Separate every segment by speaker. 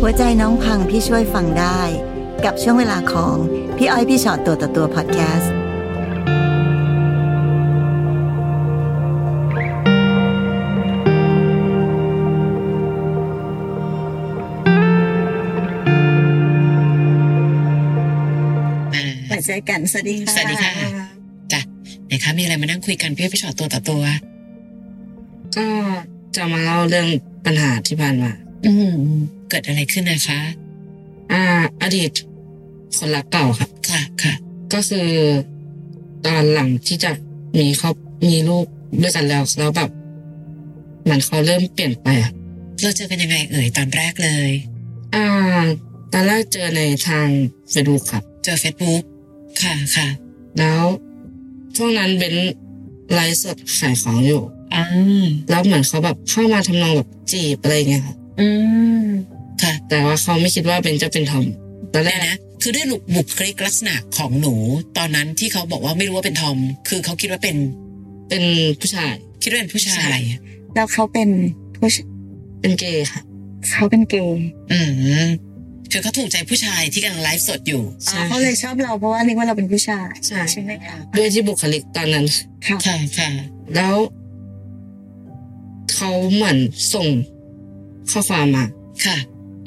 Speaker 1: หัวใจน้องพังพี่ช่วยฟังได้ กับช่วงเวลาของพี่อ้อยพี่ชอตตัวต่อตัวพอดแคสต์
Speaker 2: อ่า
Speaker 3: เปิดใจกัน สวัสดีค่ะ
Speaker 2: สวัสดีค่ะ ไหนคะมีอะไรมานั่งคุยกันพี่อ้อยพี่ชอตตัวต่อตัว
Speaker 4: ก็จะมาเล่าเรื่องปัญหาที่ผ่านมา
Speaker 2: อืมเกิดอะไรขึ้นนะคะ
Speaker 4: อ่า อดีตคนรักเก่าครับ
Speaker 2: ค่ะค่ะ
Speaker 4: ก็คือตอนหลังที่จะมีครอบมีลูกด้วยกันแล้วแล้วแบบเหมันเขาเริ่มเปลี่ยนไปอะ
Speaker 2: เราเจอกันยังไงเอ่ยตอนแรกเลย
Speaker 4: อ่า ตอนแรกเจอในทางเฟซบุ๊กครับ
Speaker 2: เจอเฟซบุ๊กค่ะค่ะ
Speaker 4: แล้วช่วงนั้นเบนไลฟ์สดขายของอยู่
Speaker 2: อ่า
Speaker 4: แล้วเหมือนเขาแบบเข้ามาทำนองแบบจีบอะไรเงี้ยครับ
Speaker 2: อืมค่ะ
Speaker 4: แต่ว่าเขาไม่คิดว่าเบนจะเป็นทอมตอนแร
Speaker 2: แน่
Speaker 4: กนะ
Speaker 2: นะคือด้วยลุกบุคลิกลักษณะของหนู ตอนนั้นที่เขาบอกว่าไม่รู้ว่าเป็นทอม คือเขาคิดว่าเป็น
Speaker 4: เป็นผู้ชาย
Speaker 2: คิดว่าเป็นผู้ชา
Speaker 4: ใช่
Speaker 2: ย
Speaker 3: แล้วเขาเป็นผู้ช
Speaker 4: เป็นเกย์ค่ะ
Speaker 3: เขาเป็นเกย์
Speaker 2: อืมคือเขาถูกใจผู้ชายที่กำลังไลฟ์สดอยู่
Speaker 4: ใช่
Speaker 3: อ๋อเขาเลยชอบเราเพราะว่านึกว่าเราเป็นผู้ชาย
Speaker 4: ใช่
Speaker 3: ไหมคะ
Speaker 4: ด้วยที่บุคลิกตอนนั้น
Speaker 3: ค่ะ
Speaker 2: ค่ะค่ะ
Speaker 4: แล้วเขาเหมือนส่งข้อความมา
Speaker 2: ค่ะ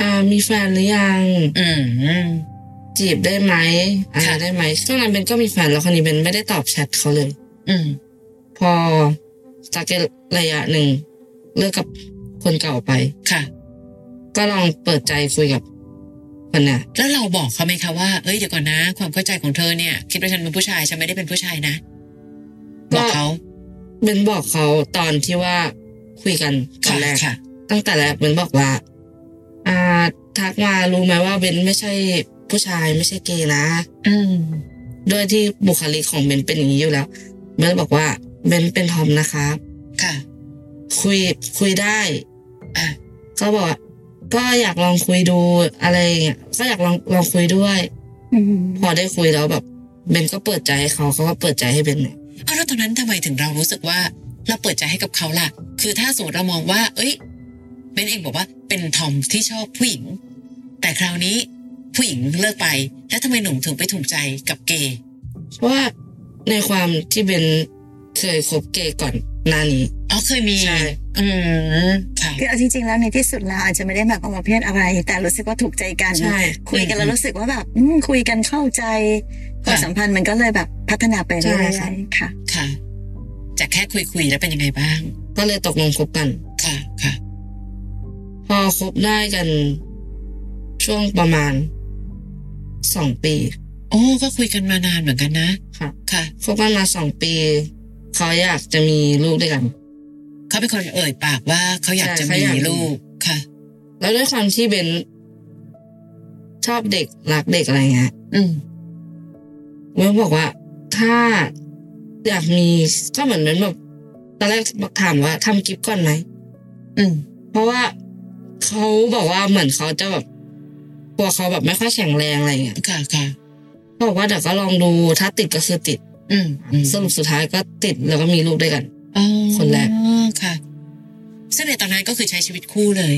Speaker 4: อ่ามีแฟนหรือยัง
Speaker 2: อืม
Speaker 4: จีบได้ไหมอะไร
Speaker 2: ค่ะ
Speaker 4: ได้ไหมช่วงนั้นเบนก็มีแฟนแล้วคนนี้เบนไม่ได้ตอบแชทเขาเลย
Speaker 2: อืม
Speaker 4: พอจากระยะหนึ่งเลิกกับคนเก่าไป
Speaker 2: ค่ะ
Speaker 4: ก็ลองเปิดใจคุยกับคนน่ะ
Speaker 2: แล้วเราบอกเขาไหมคะว่า เอ้ยเดี๋ยวก่อนนะ ความเข้าใจของเธอเนี่ย คิดว่าฉันเป็นผู้ชายฉันไม่ได้เป็นผู้ชายนะ
Speaker 4: ก็
Speaker 2: บอกเขา
Speaker 4: เบนบอกเขาตอนที่ว่าคุยกันตอ
Speaker 2: ค่ะ
Speaker 4: นแรก
Speaker 2: ค่ะ
Speaker 4: ตั้งแต่แรกเบนบอกว่า อ่า ทักมารู้ไหมว่าเบนไม่ใช่ผู้ชายไม่ใช่เกย์นะ
Speaker 2: อืม
Speaker 4: ด้วยที่บุคลิกของเบนเป็นอย่างนี้อยู่แล้ว เบนบอกว่าเบนเป็นทอมนะครับ
Speaker 2: ค่ะ
Speaker 4: คุยคุยได้
Speaker 2: อ่ะ
Speaker 4: ก็บอกว่าก็อยากลองคุยดูอะไรอย่างเงี้ยก็อยากลองลองคุยด้วย
Speaker 3: อืม
Speaker 4: พอได้คุยแล้วแบบเบนก็เปิดใจให้เขาเขาก็เปิดใจให้เบนเนี่ย
Speaker 2: เอาแล้วตอนนั้นทำไมถึงเรารู้สึกว่า เราเปิดใจให้กับเขาล่ะ คือถ้าสมมติเรามองว่า เอ้ยเบนเองบอกว่าเป็นทอมที่ชอบผู้หญิง แต่คราวนี้ผู้หญิงเลิกไป แล้วทำไมหนุ่มถึงไปถูกใจกับเกย์
Speaker 4: เพราะว่าในความที่เบนเคยคบเกย์ก่อนหน้านี้
Speaker 2: อ๋อเคยมี
Speaker 4: ใช่
Speaker 2: อืมค่ะ
Speaker 3: คือเอาจริงๆแล้วในที่สุดแล้วอาจจะไม่ได้แบบออกมาเพศอะไร แต่รู้สึกว่าถูกใจกัน
Speaker 4: ใช่
Speaker 3: คุยกันแล้วรู้สึกว่าแบบอืมคุยกันเข้าใจความสัมพันธ์มันก็เลยแบบพัฒนาไปเรื่อ
Speaker 4: ใช่ค่ะ
Speaker 3: ยๆค่ะ
Speaker 2: ค่ะจากแค่คุยคุยๆแล้วเป็นยังไงบ้าง
Speaker 4: ก็เลยตกลงคบกัน
Speaker 2: ค่ะค่ะ
Speaker 4: พอคบได้กันช่วงประมาณสองปี
Speaker 2: โอ้ก็คุยกันมานานเหมือนกันนะ
Speaker 4: ค่ะ
Speaker 2: ค่ะ
Speaker 4: คบกันมาสองปี เขาอยากจะมีลูกด้วยกัน
Speaker 2: เขาเป็นคนเอ่ยปากว่าเขาอยาก
Speaker 4: ใช่
Speaker 2: จะ
Speaker 4: เขา
Speaker 2: มี
Speaker 4: อยากมี
Speaker 2: ลูกค่ะ
Speaker 4: แล้วด้วยความที่เบนชอบเด็กรักเด็กอะไรเงี้ย
Speaker 2: อืม
Speaker 4: เบนบอกว่าถ้าอยากมีก็เหมือนเบนแบบตอนแรกบอกถามว่าทำกิฟต์ก่อนไหม
Speaker 2: อืม
Speaker 4: เพราะว่าเขาบอกว่าเหมือนเขาจะแบบกลัวเขาแบบไม่ค่อยแข็งแรงอะไรเงี้ย
Speaker 2: ค่ะค่ะ
Speaker 4: เขาบอกว่าเดี๋ยวก็ลองดูถ้าติดก็คือติด
Speaker 2: อืมอืม
Speaker 4: สรุปสุดท้ายก็ติดแล้วก็มีลูกด้วยกัน
Speaker 2: อ๋อ
Speaker 4: คนแรก
Speaker 2: ค่ะ ซึ่งในตอนนั้นก็คือใช้ชีวิตคู่เลย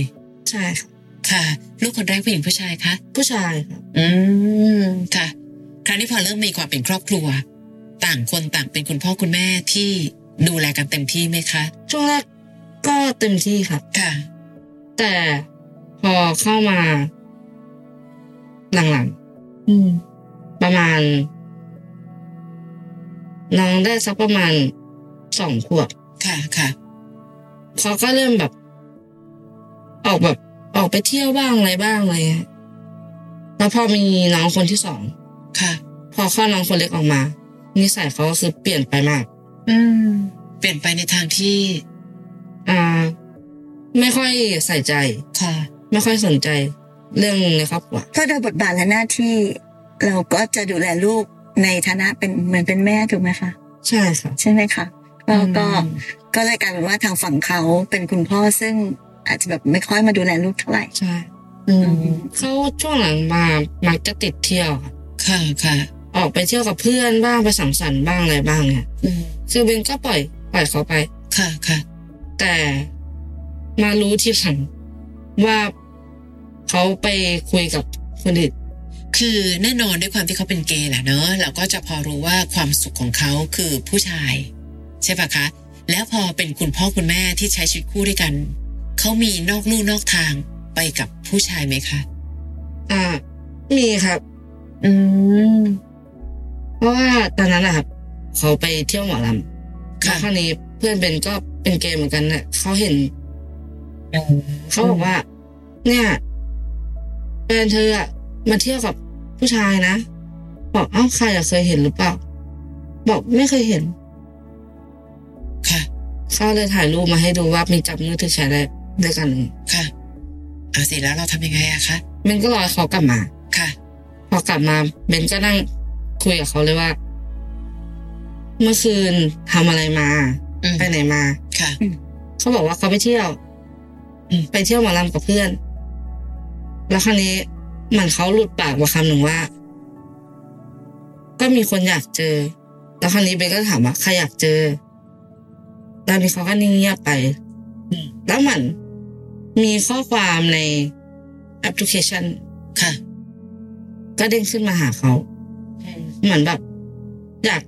Speaker 4: ใช่ค่ะ
Speaker 2: ค่ะ ลูกคนแรกผู้หญิงผู้ชายคะ
Speaker 4: ผู้ชายค่ะ
Speaker 2: อืมค่ะ คราวนี้พอเริ่มมีความเป็นครอบครัว ต่างคนต่างเป็นคุณพ่อคุณแม่ที่ดูแลกันเต็มที่ไหมคะ
Speaker 4: ช่วงแรกก็เต็มที่ค่ะ
Speaker 2: ค่ะ
Speaker 4: แต่พอเข้ามา หลัง
Speaker 2: อืม
Speaker 4: ๆ ประมาณ น้องได้สักประมาณสองขวบ
Speaker 2: ค่ะค่ะ
Speaker 4: เขาก็เริ่มแบบ ออกแบบ ออกไปเที่ยวบ้างอะไรบ้างอะไรเงี้ยแล้วพอมีน้องคนที่สอง
Speaker 2: ค่ะ
Speaker 4: พอข้อดน้องคนเล็กออกมา นิสัยเขาก็คือเปลี่ยนไปมาก
Speaker 3: อืม
Speaker 2: เปลี่ยนไปในทางที่
Speaker 4: อ่า ไม่ค่อยใส่ใจ
Speaker 2: ค่ะ
Speaker 4: ไม่ค่อยสนใจ เรื่องในครอบครัว
Speaker 3: เพราะโดยบทบาทและหน้าที่ เราก็จะดูแลลูกในฐานะเป็นเหมือนเป็นแม่ถูกไหมคะ
Speaker 4: ใช่ค่ะ
Speaker 3: ใช่ไหมคะก็
Speaker 4: อืม
Speaker 3: ก็ก็เลยกลายเป็นว่าทางฝั่งเขาเป็นคุณพ่อซึ่งอาจจะแบบไม่ค่อยมาดูแลลูกเท่าไหร่
Speaker 4: ใช่
Speaker 2: อืม
Speaker 4: เขาช่วงหลังมา มักจะติดเที่ยวค่ะ
Speaker 2: ค่ะค่ะ
Speaker 4: ออกไปเที่ยวกับเพื่อนบ้างไปสังสรรค์บ้างอะไรบ้างเนี่ย
Speaker 2: อืม
Speaker 4: คือเบนก็ปล่อยปล่อยเขาไป
Speaker 2: ค่ะค่ะ
Speaker 4: แต่มารู้ที่หลังว่า เขาไปคุยกับคนอื่น
Speaker 2: คือแน่นอนด้วยความที่เขาเป็นเกย์แหละเนอะเราก็จะพอรู้ว่าความสุขของเขาคือผู้ชาย ใช่ปะคะ แล้วพอเป็นคุณพ่อคุณแม่ที่ใช้ชีวิตคู่ด้วยกันเขามีนอกลู่นอกทางไปกับผู้ชายไหมคะ
Speaker 4: อ่า มีครับ
Speaker 2: อืม
Speaker 4: เพราะว่าตอนนั้นนะครับ เขาไปเที่ยวหมอลำแล้
Speaker 2: ค่ะ
Speaker 4: วคราวนี้เพื่อนเป็นก็เป็นเกย์เหมือนกันแหละเขาเห็น เขาบอกว่า เนี่ยแฟนเธออะมาเที่ยวกับผู้ชายนะบอกเอ้าใครอะเคยเห็นหรือเปล่า บอกไม่เคยเห็น
Speaker 2: ค่ะ
Speaker 4: เขาเลยถ่ายรูปมาให้ดูว่ามีจับมือถือแชร์ได้ด้วยกัน
Speaker 2: ค่ะเอาสิแล้วเราทำยังไงอะคะ
Speaker 4: เบนก็รอเขากลับมา
Speaker 2: ค่ะ
Speaker 4: พอกลับมาเบนก็นั่งคุยกับเขาเลยว่า เมื่อคืนทำอะไรมา
Speaker 2: อืม
Speaker 4: ไปไหนมา
Speaker 2: ค่ะ
Speaker 4: เขาบอกว่าเขาไปเที่ยว
Speaker 2: อืม
Speaker 4: ไปเที่ยวหมอลำกับเพื่อน แล้วคราวนี้เหมือนเขาหลุดปากมาคำหนึ่งว่า ก็มีคนอยากเจอ แล้วคราวนี้เบนก็ถามว่าใครอยากเจอแล้วมีเขาก็นิ่งเงียบไป แล้วเหมือนมีข้อความในแอปพลิเคชัน
Speaker 2: ค่ะ
Speaker 4: ก็เด้งขึ้นมาหาเขาเหมือนแบบ อยาก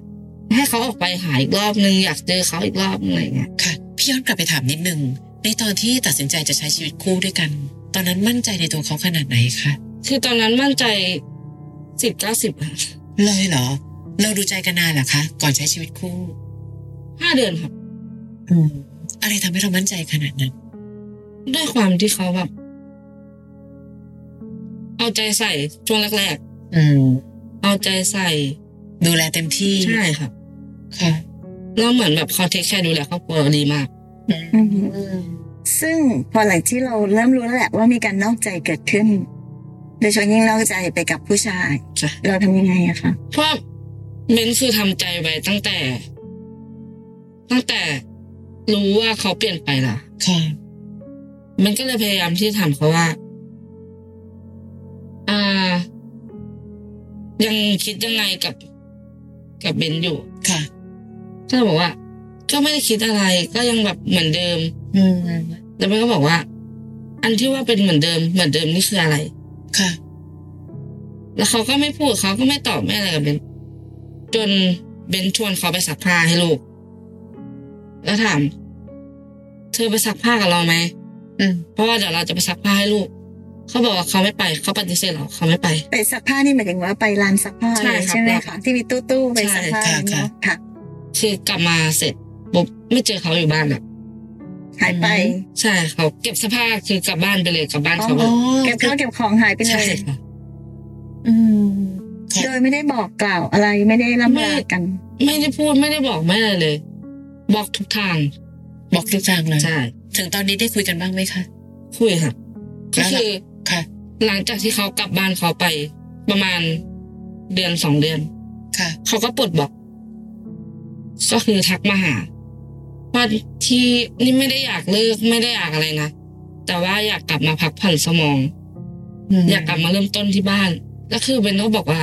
Speaker 4: ให้เขาออกไปหาอีกรอบนึงอยากเจอเขาอีกรอบนึงอะไรอย่างเงี้ย
Speaker 2: ค่ะ พี่ย้อนกลับไปถามนิดนึง ในตอนที่ตัดสินใจจะใช้ชีวิตคู่ด้วยกัน ตอนนั้นมั่นใจในตัวเขาขนาดไหนคะ
Speaker 4: คือตอนนั้นมั่นใจสิบเก้าสิบ
Speaker 2: เลยเหรอ เราดูใจกันนานเหรอคะ ก่อนใช้ชีวิตคู่
Speaker 4: ห้าเดือนครับ
Speaker 2: อะไรทำให้เรามั่นใจขนาดนั้น
Speaker 4: ด้วยความที่เขาแบบ เอาใจใส่ช่วงแรก
Speaker 2: อืม
Speaker 4: ๆ เอาใจใส่
Speaker 2: ดูแลเต็มที่
Speaker 4: ใช่ครับ
Speaker 2: ค่ะ
Speaker 4: แล้วเหมือนแบบเขาเทคแคร์ดูแลครอบครัวเราดีมาก
Speaker 3: อืมซึ่งพอหลังที่เราเริ่มรู้แล้วแหละว่ามีการนอกใจเกิดขึ้น โดยเฉพาะยิ่งนอกใจไปกับผู้ชาย
Speaker 4: ใช่
Speaker 3: เราทำยังไงอะคะ
Speaker 4: เพราะเบนคือทำใจไว้ตั้งแต่ ตั้งแต่รู้ว่าเขาเปลี่ยนไปล่ะ
Speaker 2: ค่ะ
Speaker 4: มันก็เลยพยายามที่จะถามเขาว่า อ่า ยังคิดยังไงกับ กับเบนอยู่
Speaker 2: ค่ะ
Speaker 4: ก็เลยบอกว่า ก็ไม่ได้คิดอะไร ก็ยังแบบเหมือนเดิม
Speaker 2: อืม
Speaker 4: แล้วมันก็บอกว่า อันที่ว่าเป็นเหมือนเดิม เหมือนเดิมนี่คืออะไร
Speaker 2: ค่ะ
Speaker 4: แล้วเขาก็ไม่พูดเขาก็ไม่ตอบไม่อะไรกับเบนจนเบนชวนเขาไปซักผ้าให้ลูก แล้วถาม เธอไปซักผ้ากับเราไหม
Speaker 2: อืม
Speaker 4: เพราะว่าเดี๋ยวเราจะไปซักผ้าให้ลูก เขาบอกว่าเขาไม่ไป เขาปฏิเสธเราเขาไม่ไป
Speaker 3: ไปซักผ้านี่หมายถึงว่าไปร้านซักผ้า
Speaker 4: ใช่
Speaker 3: เลย
Speaker 4: ครับ
Speaker 3: ใช่ไหม
Speaker 4: ครั
Speaker 3: คะ
Speaker 4: บ
Speaker 3: ที่มีตู้ตู้ๆไปซักผ้า
Speaker 2: ใช่ค่ะ
Speaker 3: เนาะค่ะ
Speaker 4: คือกลับมาเสร็จปุ๊บไม่เจอเขาอยู่บ้านอ่ะ
Speaker 3: หายไป
Speaker 4: ใช่เขาเก็บเสภาพคือกลับบ้านไปเลยกลับบ้านเขา
Speaker 3: อ๋อ
Speaker 4: เลย
Speaker 3: เก็บข้าวเก็บของหายไปเล
Speaker 4: ใช่
Speaker 3: ย
Speaker 4: ค่ะ
Speaker 3: อืมโดยไม่ได้บอกกล่าวอะไรไม่ได้ล่ำลากัน
Speaker 4: ไม่ได้พูดไม่ได้บอกไม่อะไรเลยบล็อกทุกทาง
Speaker 2: บอกทุกทางเลย
Speaker 4: ใช่
Speaker 2: ถึงตอนนี้ได้คุยกันบ้างไหมคะ
Speaker 4: คุยค่ะก็คือ
Speaker 2: ค่ะ
Speaker 4: หลังจากที่เขากลับบ้านเขาไป ประมาณเดือนสองเดือน
Speaker 2: ค่ะ
Speaker 4: เขาก็ปลดบล็อก ก็คือทักมาหาว่าที่นี่ไม่ได้อยากเลิกไม่ได้อยากอะไรนะแต่ว่าอยากกลับมาพักผ่อนสมอง อยากกลับมาเริ่มต้นที่บ้านแล้วคือเบนก็บอกว่า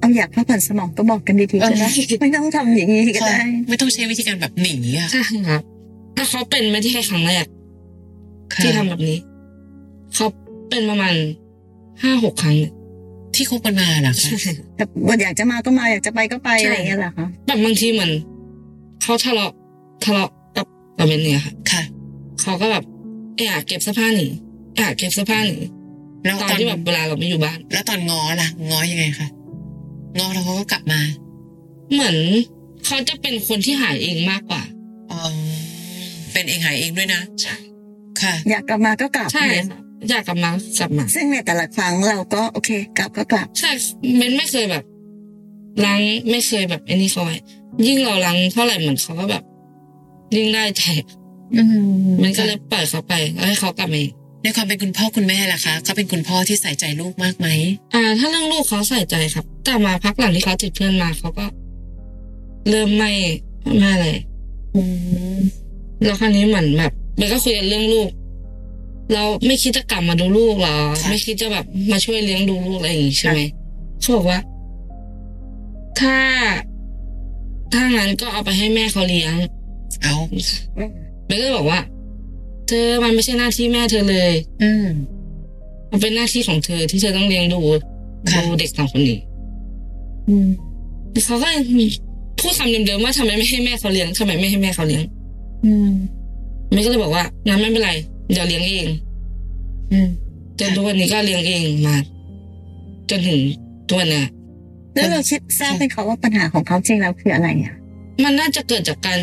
Speaker 3: เอาอยากพักผ่อนสมองก็บอกกันดีๆก็ได้
Speaker 2: เออ
Speaker 3: ไม่ต้องทำอย่างนี้ก็
Speaker 2: ค่ะ
Speaker 3: ได้
Speaker 2: ไม่ต้องใช้วิธีการแบบหนีอะ
Speaker 4: ใช่ครับ ถ้าเขาเป็นไม่ใช่แค่ครั้งแรก
Speaker 2: ค่ะ
Speaker 4: ที่ทำแบบนี้ เขาเป็นประมาณห้าหกครั้งเนี่ย
Speaker 2: ที่คบกันมาเหรอคะ
Speaker 3: แต่ว่าอยากจะมาก็มาอยากจะไปก็ไปอะไรอย่างเงี้ยเหรอคะ
Speaker 4: แบบบางทีเหมือนเขาทะเลาะทะเลาะกับกับเบนเนี่ยค่ะ
Speaker 2: ค่ะ
Speaker 4: เขาก็แบบเอะเก็บเสื้อผ้าหนีเอะเก็บเสื้อผ้าหนี
Speaker 2: แล้ว
Speaker 4: ตอน
Speaker 2: ตอน
Speaker 4: ที่แบบเวลาเราไม่อยู่บ้าน
Speaker 2: แล้วตอนง้อล่ะ ง้อยังไงคะง้อแล้วเขาก็กลับมา
Speaker 4: เหมือนเขาจะเป็นคนที่หายเองมากกว่า
Speaker 2: อ๋อเป็นเองหายเองด้วยนะ
Speaker 4: ใช่
Speaker 2: ค่ะ
Speaker 3: อยากกลับมาก็กลับ
Speaker 4: ใช่ค่ะอยากกลับมากลับมา
Speaker 3: ซึ่งในแต่ละครั้งเราก็โอเค กลับก็กลับ
Speaker 4: ใช่เบนไม่เคยแบบล้างไม่เคยแบบไอ้นี่เขาไว้ยิ่งเราล้างเท่าไหร่เหมือนเขาก็แบบ ยิ่งได้ใจ
Speaker 2: อืม
Speaker 4: มันก็เลยปล่อยเขาไปแล้วให้เขากลับมาเอง
Speaker 2: ในความเป็นคุณพ่อคุณแม่ล่ะคะเขาเป็นคุณพ่อที่ใส่ใจลูกมากไหม
Speaker 4: อ่า ถ้าเรื่องลูกเขาใส่ใจครับ แต่มาพักหลังที่เขาติดเพื่อนมาเขาก็ เริ่มไม่ไม่อะไรแล้วคราวนี้เหมือนแบบเบนก็คุยกันเรื่องลูก เราไม่คิดจะกลับมาดูลูกเหรอ
Speaker 2: ค่ะ
Speaker 4: ไม่คิดจะแบบมาช่วยเลี้ยงดูลูกอะไรอย่างงี้ใช่ไหมเขาบอกว่า ถ้าถ้างั้นก็เอาไปให้แม่เขาเลี้ยง
Speaker 2: เอา
Speaker 4: เบนก็เลยบอกว่า เธอมันไม่ใช่หน้าที่แม่เธอเลย
Speaker 2: อืม
Speaker 4: มันเป็นหน้าที่ของเธอที่เธอต้องเลี้ยงดู
Speaker 2: ค่ะ
Speaker 4: ดูเด็กสองคนนี้
Speaker 3: อืม
Speaker 4: เขาก็พูดคำเดิมๆว่าทำไมไม่ให้แม่เขาเลี้ยงทำไมไม่ให้แม่เขาเลี้ยง
Speaker 3: อืม
Speaker 4: แม่ก็เลยบอกว่างั้นไม่เป็นไรเดี๋ยวเลี้ยงเอง
Speaker 3: อืม
Speaker 4: จนทุกวันนี้ก็เลี้ยงเองมา จนถึงตัวนเนี้ย
Speaker 3: แล้วเราคิดทราบไหมคะว่าปัญหาของเขาจริงแล้วคืออะไรอ่ะ
Speaker 4: มันน่าจะเกิดจากการ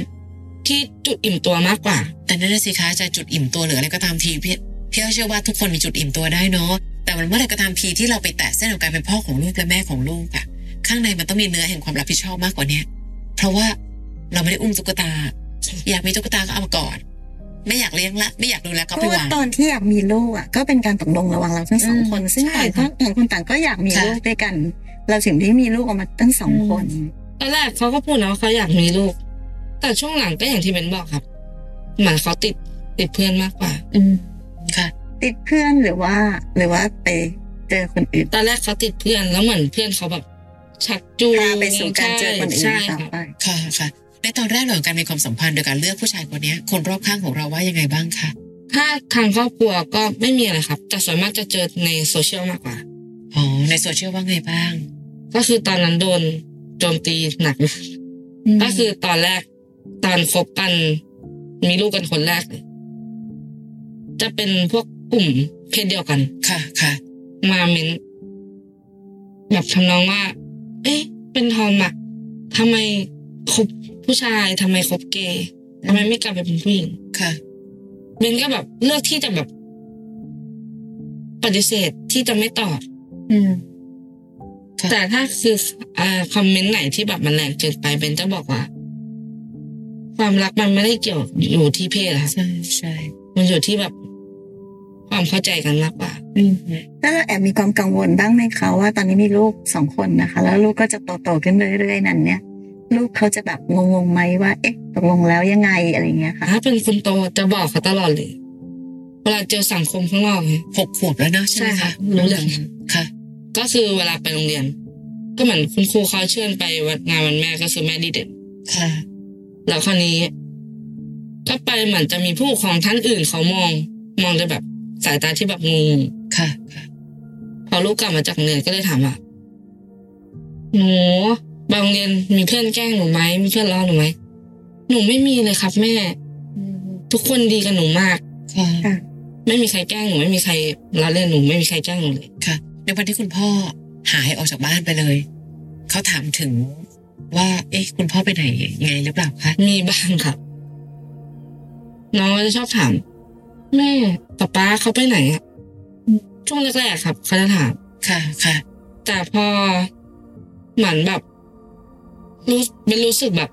Speaker 4: ที่จุดอิ่มตัวมากกว่า
Speaker 2: แต่นั่นนะสิคะจะจุดอิ่มตัวหรืออะไรก็ตามทีพี่พี่อ้อยเชื่อว่าทุกคนมีจุดอิ่มตัวได้เนาะแต่มันเมื่อไหรก็ตามทีที่เราไปแตะเส้นของการเป็นพ่อของลูกและแม่ของลูกอะข้างในมันต้องมีเนื้อแห่งความรับผิดชอบมากกว่าเนี้ยเพราะว่าเราไม่ได้อุ้มตุ๊กตา อยากมีตุ๊กตาก็เอามากอดไม่อยากเลี้ยงละ ไม่อยากดูแลก็
Speaker 3: เพ
Speaker 2: ไป
Speaker 3: ราะว่าว
Speaker 2: าง
Speaker 3: ตอนที่อยากมีลูกอ่ะก็เป็นการตกลงระหว่างเราทั้งสอง
Speaker 4: อืม
Speaker 3: คน ซึ่ง
Speaker 4: ใช่
Speaker 3: ต่าง
Speaker 4: ค่ะ
Speaker 3: คนต่างคนต่างก็อยากมี
Speaker 2: ค่ะ
Speaker 3: ลูกด้วยกัน เราถึงได้มีลูกออกมาตั้งสองคน
Speaker 4: ตอนแรกเขาก็พูดนะว่าเขาอยากมีลูก แต่ช่วงหลังก็อย่างที่เบนบอกครับ เหมือนเขาติดติดเพื่อนมากกว่า
Speaker 2: ค่ะ
Speaker 3: ติดเพื่อนหรือว่า หรือว่าไปเจอคนอื่น
Speaker 4: ตอนแรกเขาติดเพื่อนแล้วเหมือนเพื่อนเขาแบบ ชักจูง
Speaker 3: พาไปสู่การเจอคนอื่น
Speaker 4: ใช่
Speaker 3: ต่อ
Speaker 4: ใช่
Speaker 3: ไป
Speaker 2: ค่ะค่ะในตอนแรกของการมีความสัมพันธ์โดยการเลือกผู้ชายคนเนี้ยคนรอบข้างของเราว่ายังไงบ้างคะ
Speaker 4: ถ้าทางครอบครัวก็ไม่มีอะไรครับ แต่ส่วนมากจะเจอในโซเชียลมากกว่า
Speaker 2: อ๋อในโซเชียลว่าไงบ้าง
Speaker 4: ก็คือตอนนั้นโดนโจมตีหนักมากก็คือตอนแรกตอนคบกันมีลูกกันคนแรกเลยจะเป็นพวกกลุ่มเพศเดียวกัน
Speaker 2: ค่ะค่ะ
Speaker 4: มาเม้นแบบทำนองว่า เอ๊ะ เป็นทอมอะทำไมคบผู้ชายทำไมคบเกย์ทำไมไม่กลับไปเป็นผู้หญิง
Speaker 2: ค่ะ
Speaker 4: เบนก็แบบเลือกที่จะแบบ ปฏิเสธที่จะไม่ตอบ
Speaker 3: อืม
Speaker 2: ค่ะ
Speaker 4: แต่ถ้าคืออ่าคอมเมนต์ไหนที่แบบมันแรงเกินไปเบนจะบอกว่า ความรักมันไม่ได้เกี่ยวอยู่ที่เพศอะค่ะ
Speaker 2: ใช่ใช่
Speaker 4: มันอยู่ที่แบบ ความเข้าใจกันมากกว่า
Speaker 2: อืม
Speaker 3: แล้วเราแอบมีความกังวลบ้างไหมคะว่าตอนนี้มีลูกสองคนนะคะ แล้วลูกก็จะโตๆขึ้นเรื่อยๆนั้น เนี่ย ลูกเขาจะแบบงงๆไหมว่า เอ๊ะตกลงแล้วยังไงอะไรอย่างเงี้ยค่ะ
Speaker 4: ถ้าเป็นคนโตจะบอกเขาตลอดเลย เวลาเจอสังคมข้างนอกไง
Speaker 2: หกขวบแล้วเนอะใช่ไหม
Speaker 4: ใช่
Speaker 2: คะ
Speaker 4: ค่ะรู้เรื่อง
Speaker 2: ค่ะ
Speaker 4: ก็คือเวลาไปโรงเรียน ก็เหมือนคุณครูเขาเชิญไปวันงานวันแม่ก็คือแม่ดีเด่น
Speaker 2: ค่ะ
Speaker 4: แล้วคราวนี้ ก็ไปเหมือนจะมีผู้ปกครองท่านอื่นเขามอง มองด้วยแบบสายตาที่แบบงง
Speaker 2: ค่ะค่ะ
Speaker 4: พอลูกกลับมาจากโรงเรียนก็เลยถามว่าหนูบางเรียนมีเพื่อนแกล้งหนูไหมมีเพื่อนล้อหนูไหมหนูไม่มีเลยครับ แม่ ทุกคนดีกับหนูมาก
Speaker 2: ค่ะ
Speaker 4: ไม่มีใครแกล้งหนูไม่มีใครล้อเล่นหนูไม่มีใครแกล้งหนูเลย
Speaker 2: ค่ะ ในวันที่คุณพ่อหายออกจากบ้านไปเลย เขาถามถึงว่า เอ๊ะ คุณพ่อไปไหนยังไงหรือเปล่าคะ
Speaker 4: มีบ้างครับ น้องก็จะชอบถาม แม่ป๊าป๊าเขาไปไหนอะช่วงแรกๆครับเขาจะถาม
Speaker 2: ค่ะค่ะ
Speaker 4: แต่พอเหมือนแบบ รู้เป็นรู้สึกแบบ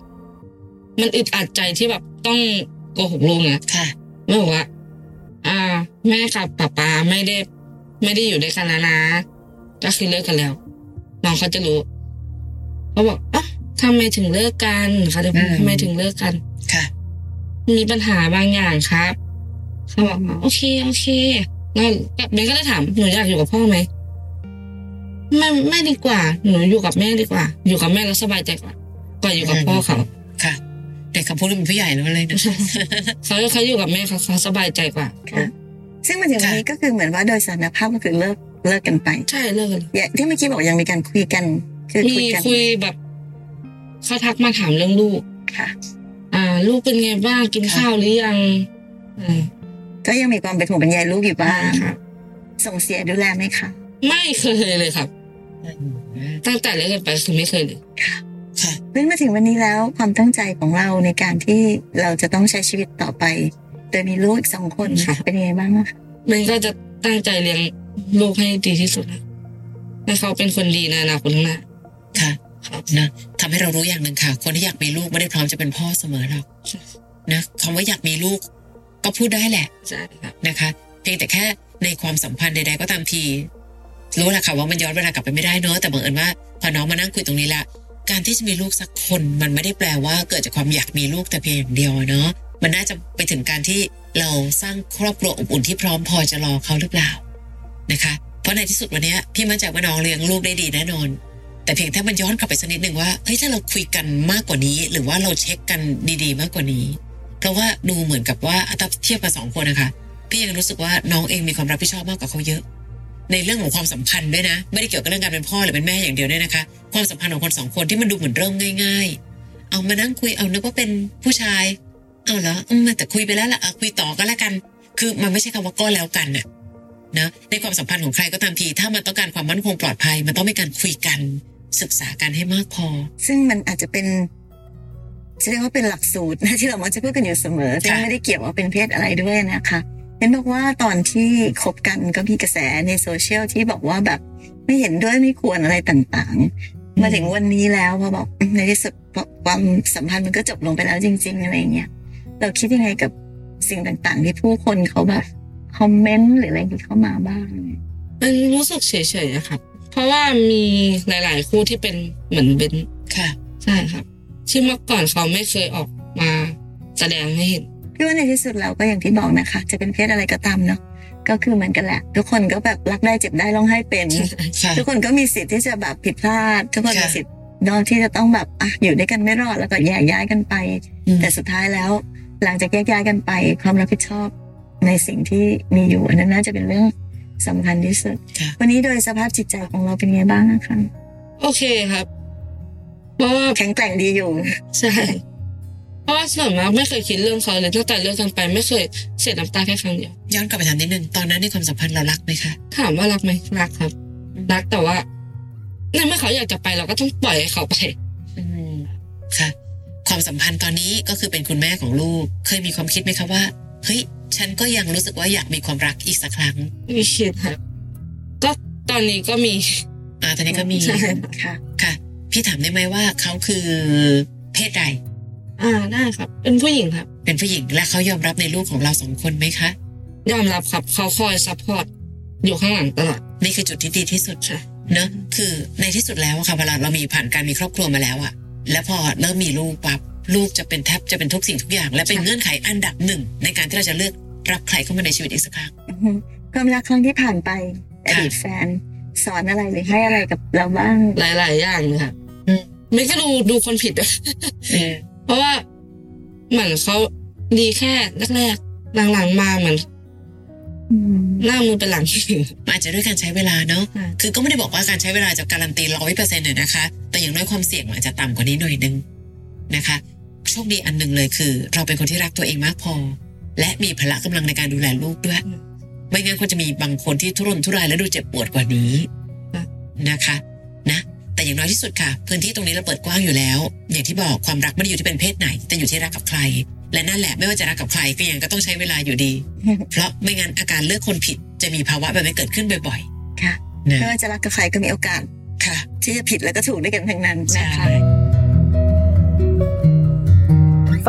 Speaker 4: มันอึดอัดใจที่แบบต้องโกหกลูกเนี่ย
Speaker 2: ค่ะ
Speaker 4: ไม่บอกว่า อ่า แม่กับป๊าป๊าไม่ได้ ไม่ได้อยู่ด้วยกันแล้วนะก็คือเลิกกันแล้วน้องเขาจะรู้เขาบอกอ่ะทำไมถึงเลิกกันเขาจะพูด
Speaker 2: อืม
Speaker 4: ทำไมถึงเลิกกัน
Speaker 2: ค่ะ
Speaker 4: มีปัญหาบางอย่างครับเขาบอกว่าโอเคโอเคแล้วเบนก็เลยถามหนูอยากอยู่กับพ่อไหมไม่ไม่ดีกว่า หนูอยู่กับแม่ดีกว่า อยู่กับแม่แล้วสบายใจกว่ากว่าอยู่กับพ่อเขา
Speaker 2: ค่ะ เด็กคำพูดเป็นผู้ใหญ่แล้วเลยนะ
Speaker 4: เขาเขาอยู่กับแม่เขาเขาสบายใจกว่า
Speaker 3: ค่ะ ซึ่งมันอย่างนี้ก็คือเหมือนว่าโดยสารภาพก็คือเลิกเลิกกันไป
Speaker 4: ใช่เลิกกัน
Speaker 3: อย่างที่เมื่อกี้บอกยังมีการคุยกัน คือ
Speaker 4: มี
Speaker 3: คุยกัน
Speaker 4: คุยแบบเขาทักมาถามเรื่องลูก
Speaker 3: ค่ะ
Speaker 4: อ่า ลูกเป็นไงบ้างกิน
Speaker 2: ค่ะ
Speaker 4: ข้าวหรือยังอ่า
Speaker 3: ก็ยังมีความเป็นห่วงเป็นใยลูกอยู่บ้าง
Speaker 4: ค่ะ
Speaker 3: ส่งเสียดูแลไหมคะ
Speaker 4: ไม่เคยเลยครับ ตั้งแต่เลิกกันไปคือไม่เคยเลย
Speaker 2: ค่ะ
Speaker 3: ซึ่งมาถึงวันนี้แล้วความตั้งใจของเราในการที่เราจะต้องใช้ชีวิตต่อไป โดยมีลูกอีกสองคน
Speaker 4: ค่ะ
Speaker 3: เป็นยังไงบ้างอะคะ
Speaker 4: เบนก็จะตั้งใจเลี้ยงลูกให้ดีที่สุดนะให้เขาเป็นคนดีในอนาคตข้างหน้า
Speaker 2: ค่ะ
Speaker 4: ครับ
Speaker 2: นะทำให้เรารู้อย่างหนึ่งค่ะ คนที่อยากมีลูกไม่ได้พร้อมจะเป็นพ่อเสมอหรอกนะคำว่าอยากมีลูก ก็พูดได้แหละ
Speaker 4: ใช่ครับ
Speaker 2: นะคะเพียงแต่แค่ในความสัมพันธ์ใดๆก็ตามที รู้แหละค่ะว่ามันย้อนเวลากลับไปไม่ได้เนอะแต่บังเอิญว่าพอน้องมานั่งคุยตรงนี้ละการที่จะมีลูกสักคน มันไม่ได้แปลว่าเกิดจากความอยากมีลูกแต่เพียงอย่างเดียวเนอะมันน่าจะไปถึงการที่เราสร้างครอบครัวอบอุ่นที่พร้อมพอจะรอเขาหรือเปล่านะคะ เพราะในที่สุดวันเนี้ยพี่มั่นใจว่าน้องเลี้ยงลูกได้ดีแน่นอน แต่เพียงถ้ามันย้อนกลับไปสักนิดหนึ่งว่าเฮ้ยถ้าเราคุยกันมากกว่านี้ หรือว่าเราเช็คกันดีๆ มากกว่านี้ เพราะว่าดูเหมือนกับว่าอ่ะถ้าเทียบกับสองคนนะคะ พี่ยังรู้สึกว่าน้องเองมีความรับผิดชอบมากกว่าเขาเยอะ ในเรื่องของความสัมพันธ์ด้วยนะ ไม่ได้เกี่ยวกับเรื่องการเป็นพ่อหรือเป็นแม่อย่างเดียวเนี่ยนะคะ ความสัมพันธ์ของคนสองคนที่มันดูเหมือนเริ่มง่าย ๆ เอามานั่งคุยเอานึกว่าเป็นผู้ชายเอาเหรออืมแต่คุยไปแล้วล่ะเอาคุยต่อก็แล้วกัน คือมันไม่ใช่คำว่าก็แล้วกันน่ะนะในความสัมพันธ์ของใครก็ตามที ถ้ามันต้องการความมั่นคงปลอดภัย มันต้องมีการคุยกันศึกษากันให้มากพอ
Speaker 3: ซึ่งมันอาจจะเป็นจะเรียกว่าเป็นหลักสูตรนะ ที่เรามักจะพูดกันอยู่เสมอซึ่งไม่ได้เกี่ยวว่าเป็นเพศอะไรด้วยนะคะเห็นบอกว่าตอนที่คบกันก็มีกระแสในโซเชียลที่บอกว่าแบบไม่เห็นด้วยไม่ควรอะไรต่างๆ มาถึงวันนี้แล้วพอบอกอืมในที่สุดความสัมพันธ์มันก็จบลงไปแล้วจริง ๆ อะไรอย่างเงี้ยเราคิดยังไงกับสิ่งต่างๆ ที่ผู้คนเขาแบบคอมเมนต์หรืออะไรที่เข้ามาบ้าง
Speaker 4: มันรู้สึกเฉยๆอะครับเพราะว่ามีหลายๆ คู่ที่เป็นเหมือนเบน
Speaker 2: ค่ะ
Speaker 4: ใช่ครับที่เมื่อก่อนเขาไม่เคยออกมาแสดงให้เห็น
Speaker 3: พี่ว่าในที่สุดเราก็อย่างที่บอกนะคะ จะเป็นเพศอะไรก็ตามเนาะก็คือเหมือนกันแหละ ทุกคนก็แบบรักได้เจ็บได้ร้องไห้เป็น
Speaker 2: ค่ะ
Speaker 3: ทุกคนก็มีสิทธิ์ที่จะแบบผิดพลาด ทุกคนมี
Speaker 2: ค่ะ
Speaker 3: สิทธิ์เนอะที่จะต้องแบบอ่ะอยู่ด้วยกันไม่รอดแล้วก็แยกย้ายกันไป
Speaker 2: อืม
Speaker 3: แต่สุดท้ายแล้ว หลังจากแยกย้ายกันไป ความรับผิดชอบในสิ่งที่มีอยู่อันนั้นน่าจะเป็นเรื่องสำคัญที่สุด
Speaker 2: ค่ะ
Speaker 3: วันนี้โดยสภาพจิตใจของเราเป็นไงบ้างนะคะ
Speaker 4: โอเคครับ เพราะว่า
Speaker 3: แข็งแกร่งดีอยู่
Speaker 4: ใช่เพราะว่าส่วนมากไม่เคยคิดเรื่องเขาเลยตั้งแต่เลิกกันไปไม่เคยเสียน้ำตาแค่ครั้งเดียว
Speaker 2: ย้อนกลับไปถามนิดนึงตอนนั้นในความสัมพันธ์เรารักไหมคะ
Speaker 4: ถามว่ารักไหมรักครับ รักแต่ว่าในเมื่อเขาอยากจะไปเราก็ต้องปล่อยให้เขาไป
Speaker 2: ค่ะ ความสัมพันธ์ตอนนี้ก็คือเป็นคุณแม่ของลูก เคยมีความคิดไหมคะว่าเฮ้ยฉันก็ยังรู้สึกว่าอยากมีความรักอีกสักครั้ง
Speaker 4: มีคิดครับ ก็ตอนนี้ก็มี
Speaker 2: อ่าตอนนี้ก็มี
Speaker 4: ใช่
Speaker 3: ค่ะ
Speaker 2: ค่ะ พี่ถามได้ไหมว่าเขาคือเพศใด
Speaker 4: อ่าได้ครับ เป็นผู้หญิงครับ
Speaker 2: เป็นผู้หญิงและเขายอมรับในลูกของเราสองคนไหมคะ
Speaker 4: ยอมรับครับ เขาคอยซัพพอร์ตอยู่ข้างหลังตลอด
Speaker 2: นี่คือจุดที่ดีที่สุด
Speaker 4: ใช่
Speaker 2: เนอะคือในที่สุดแล้วอะค่ะเวลาเรามีผ่านการมีครอบครัวมาแล้วอะแล้วพอเริ่มมีลูกปั๊บลูกจะเป็นแทบจะเป็นทุกสิ่งทุกอย่าง และเป็น
Speaker 4: ใช่
Speaker 2: เงื่อนไขอันดับหนึ่งในการที่เราจะเลือกรับใครเข้ามาในชีวิตอีกสักครั้ง
Speaker 3: อือฮึ ความรักครั้งที่ผ่านไปอ
Speaker 2: ค่ะ
Speaker 3: ดีตแฟน สอนอะไรหรือให้อะไรกับเราบ้าง
Speaker 4: หลาย ๆ อย่างเลยครับ
Speaker 2: อืม
Speaker 4: ไม่ก็ดูดูคนผิดด้วย เพราะว่าเหมือนเขาดีแค่แรกๆหลังๆมาเหมือน
Speaker 3: อืม
Speaker 4: หน้ามือเป็นหลังที่ถึง
Speaker 2: มันอาจจะด้วยการใช้เวลาเนอะคือก็ไม่ได้บอกว่าการใช้เวลาจะการันตีร้อยเปอร์เซ็นต์นะคะ แต่อย่างน้อยความเสี่ยงมันอาจจะต่ำกว่านี้หน่อยนึงนะคะโชคดีอันหนึ่งเลยคือ เราเป็นคนที่รักตัวเองมากพอ และมีพละกำลังในการดูแลลูกด้วย
Speaker 4: อืม
Speaker 2: ไม่งั้นคนจะมีบางคนที่ทุรนทุรายและดูเจ็บปวดกว่านี้
Speaker 4: ค่ะ
Speaker 2: นะคะนะแต่อย่างน้อยที่สุดค่ะ พื้นที่ตรงนี้เราเปิดกว้างอยู่แล้ว อย่างที่บอกความรักไม่ได้อยู่ที่เป็นเพศไหน แต่อยู่ที่รักกับใคร และนั่นแหละไม่ว่าจะรักกับใครก็ยังก็ต้องใช้เวลาอยู่ดี เพราะไม่งั้นอาการเลือกคนผิดจะมีภาวะแบบนี้เกิดขึ้นบ่อย
Speaker 3: ค่ะ
Speaker 2: ๆนะ
Speaker 3: ไม่ว่าจะรักกับใครก็มีโอกาส
Speaker 2: ค่ะ
Speaker 3: ที่จะผิดแล้วก็ถูกด้วยกันทั้งนั้นนะคะ
Speaker 5: ฟ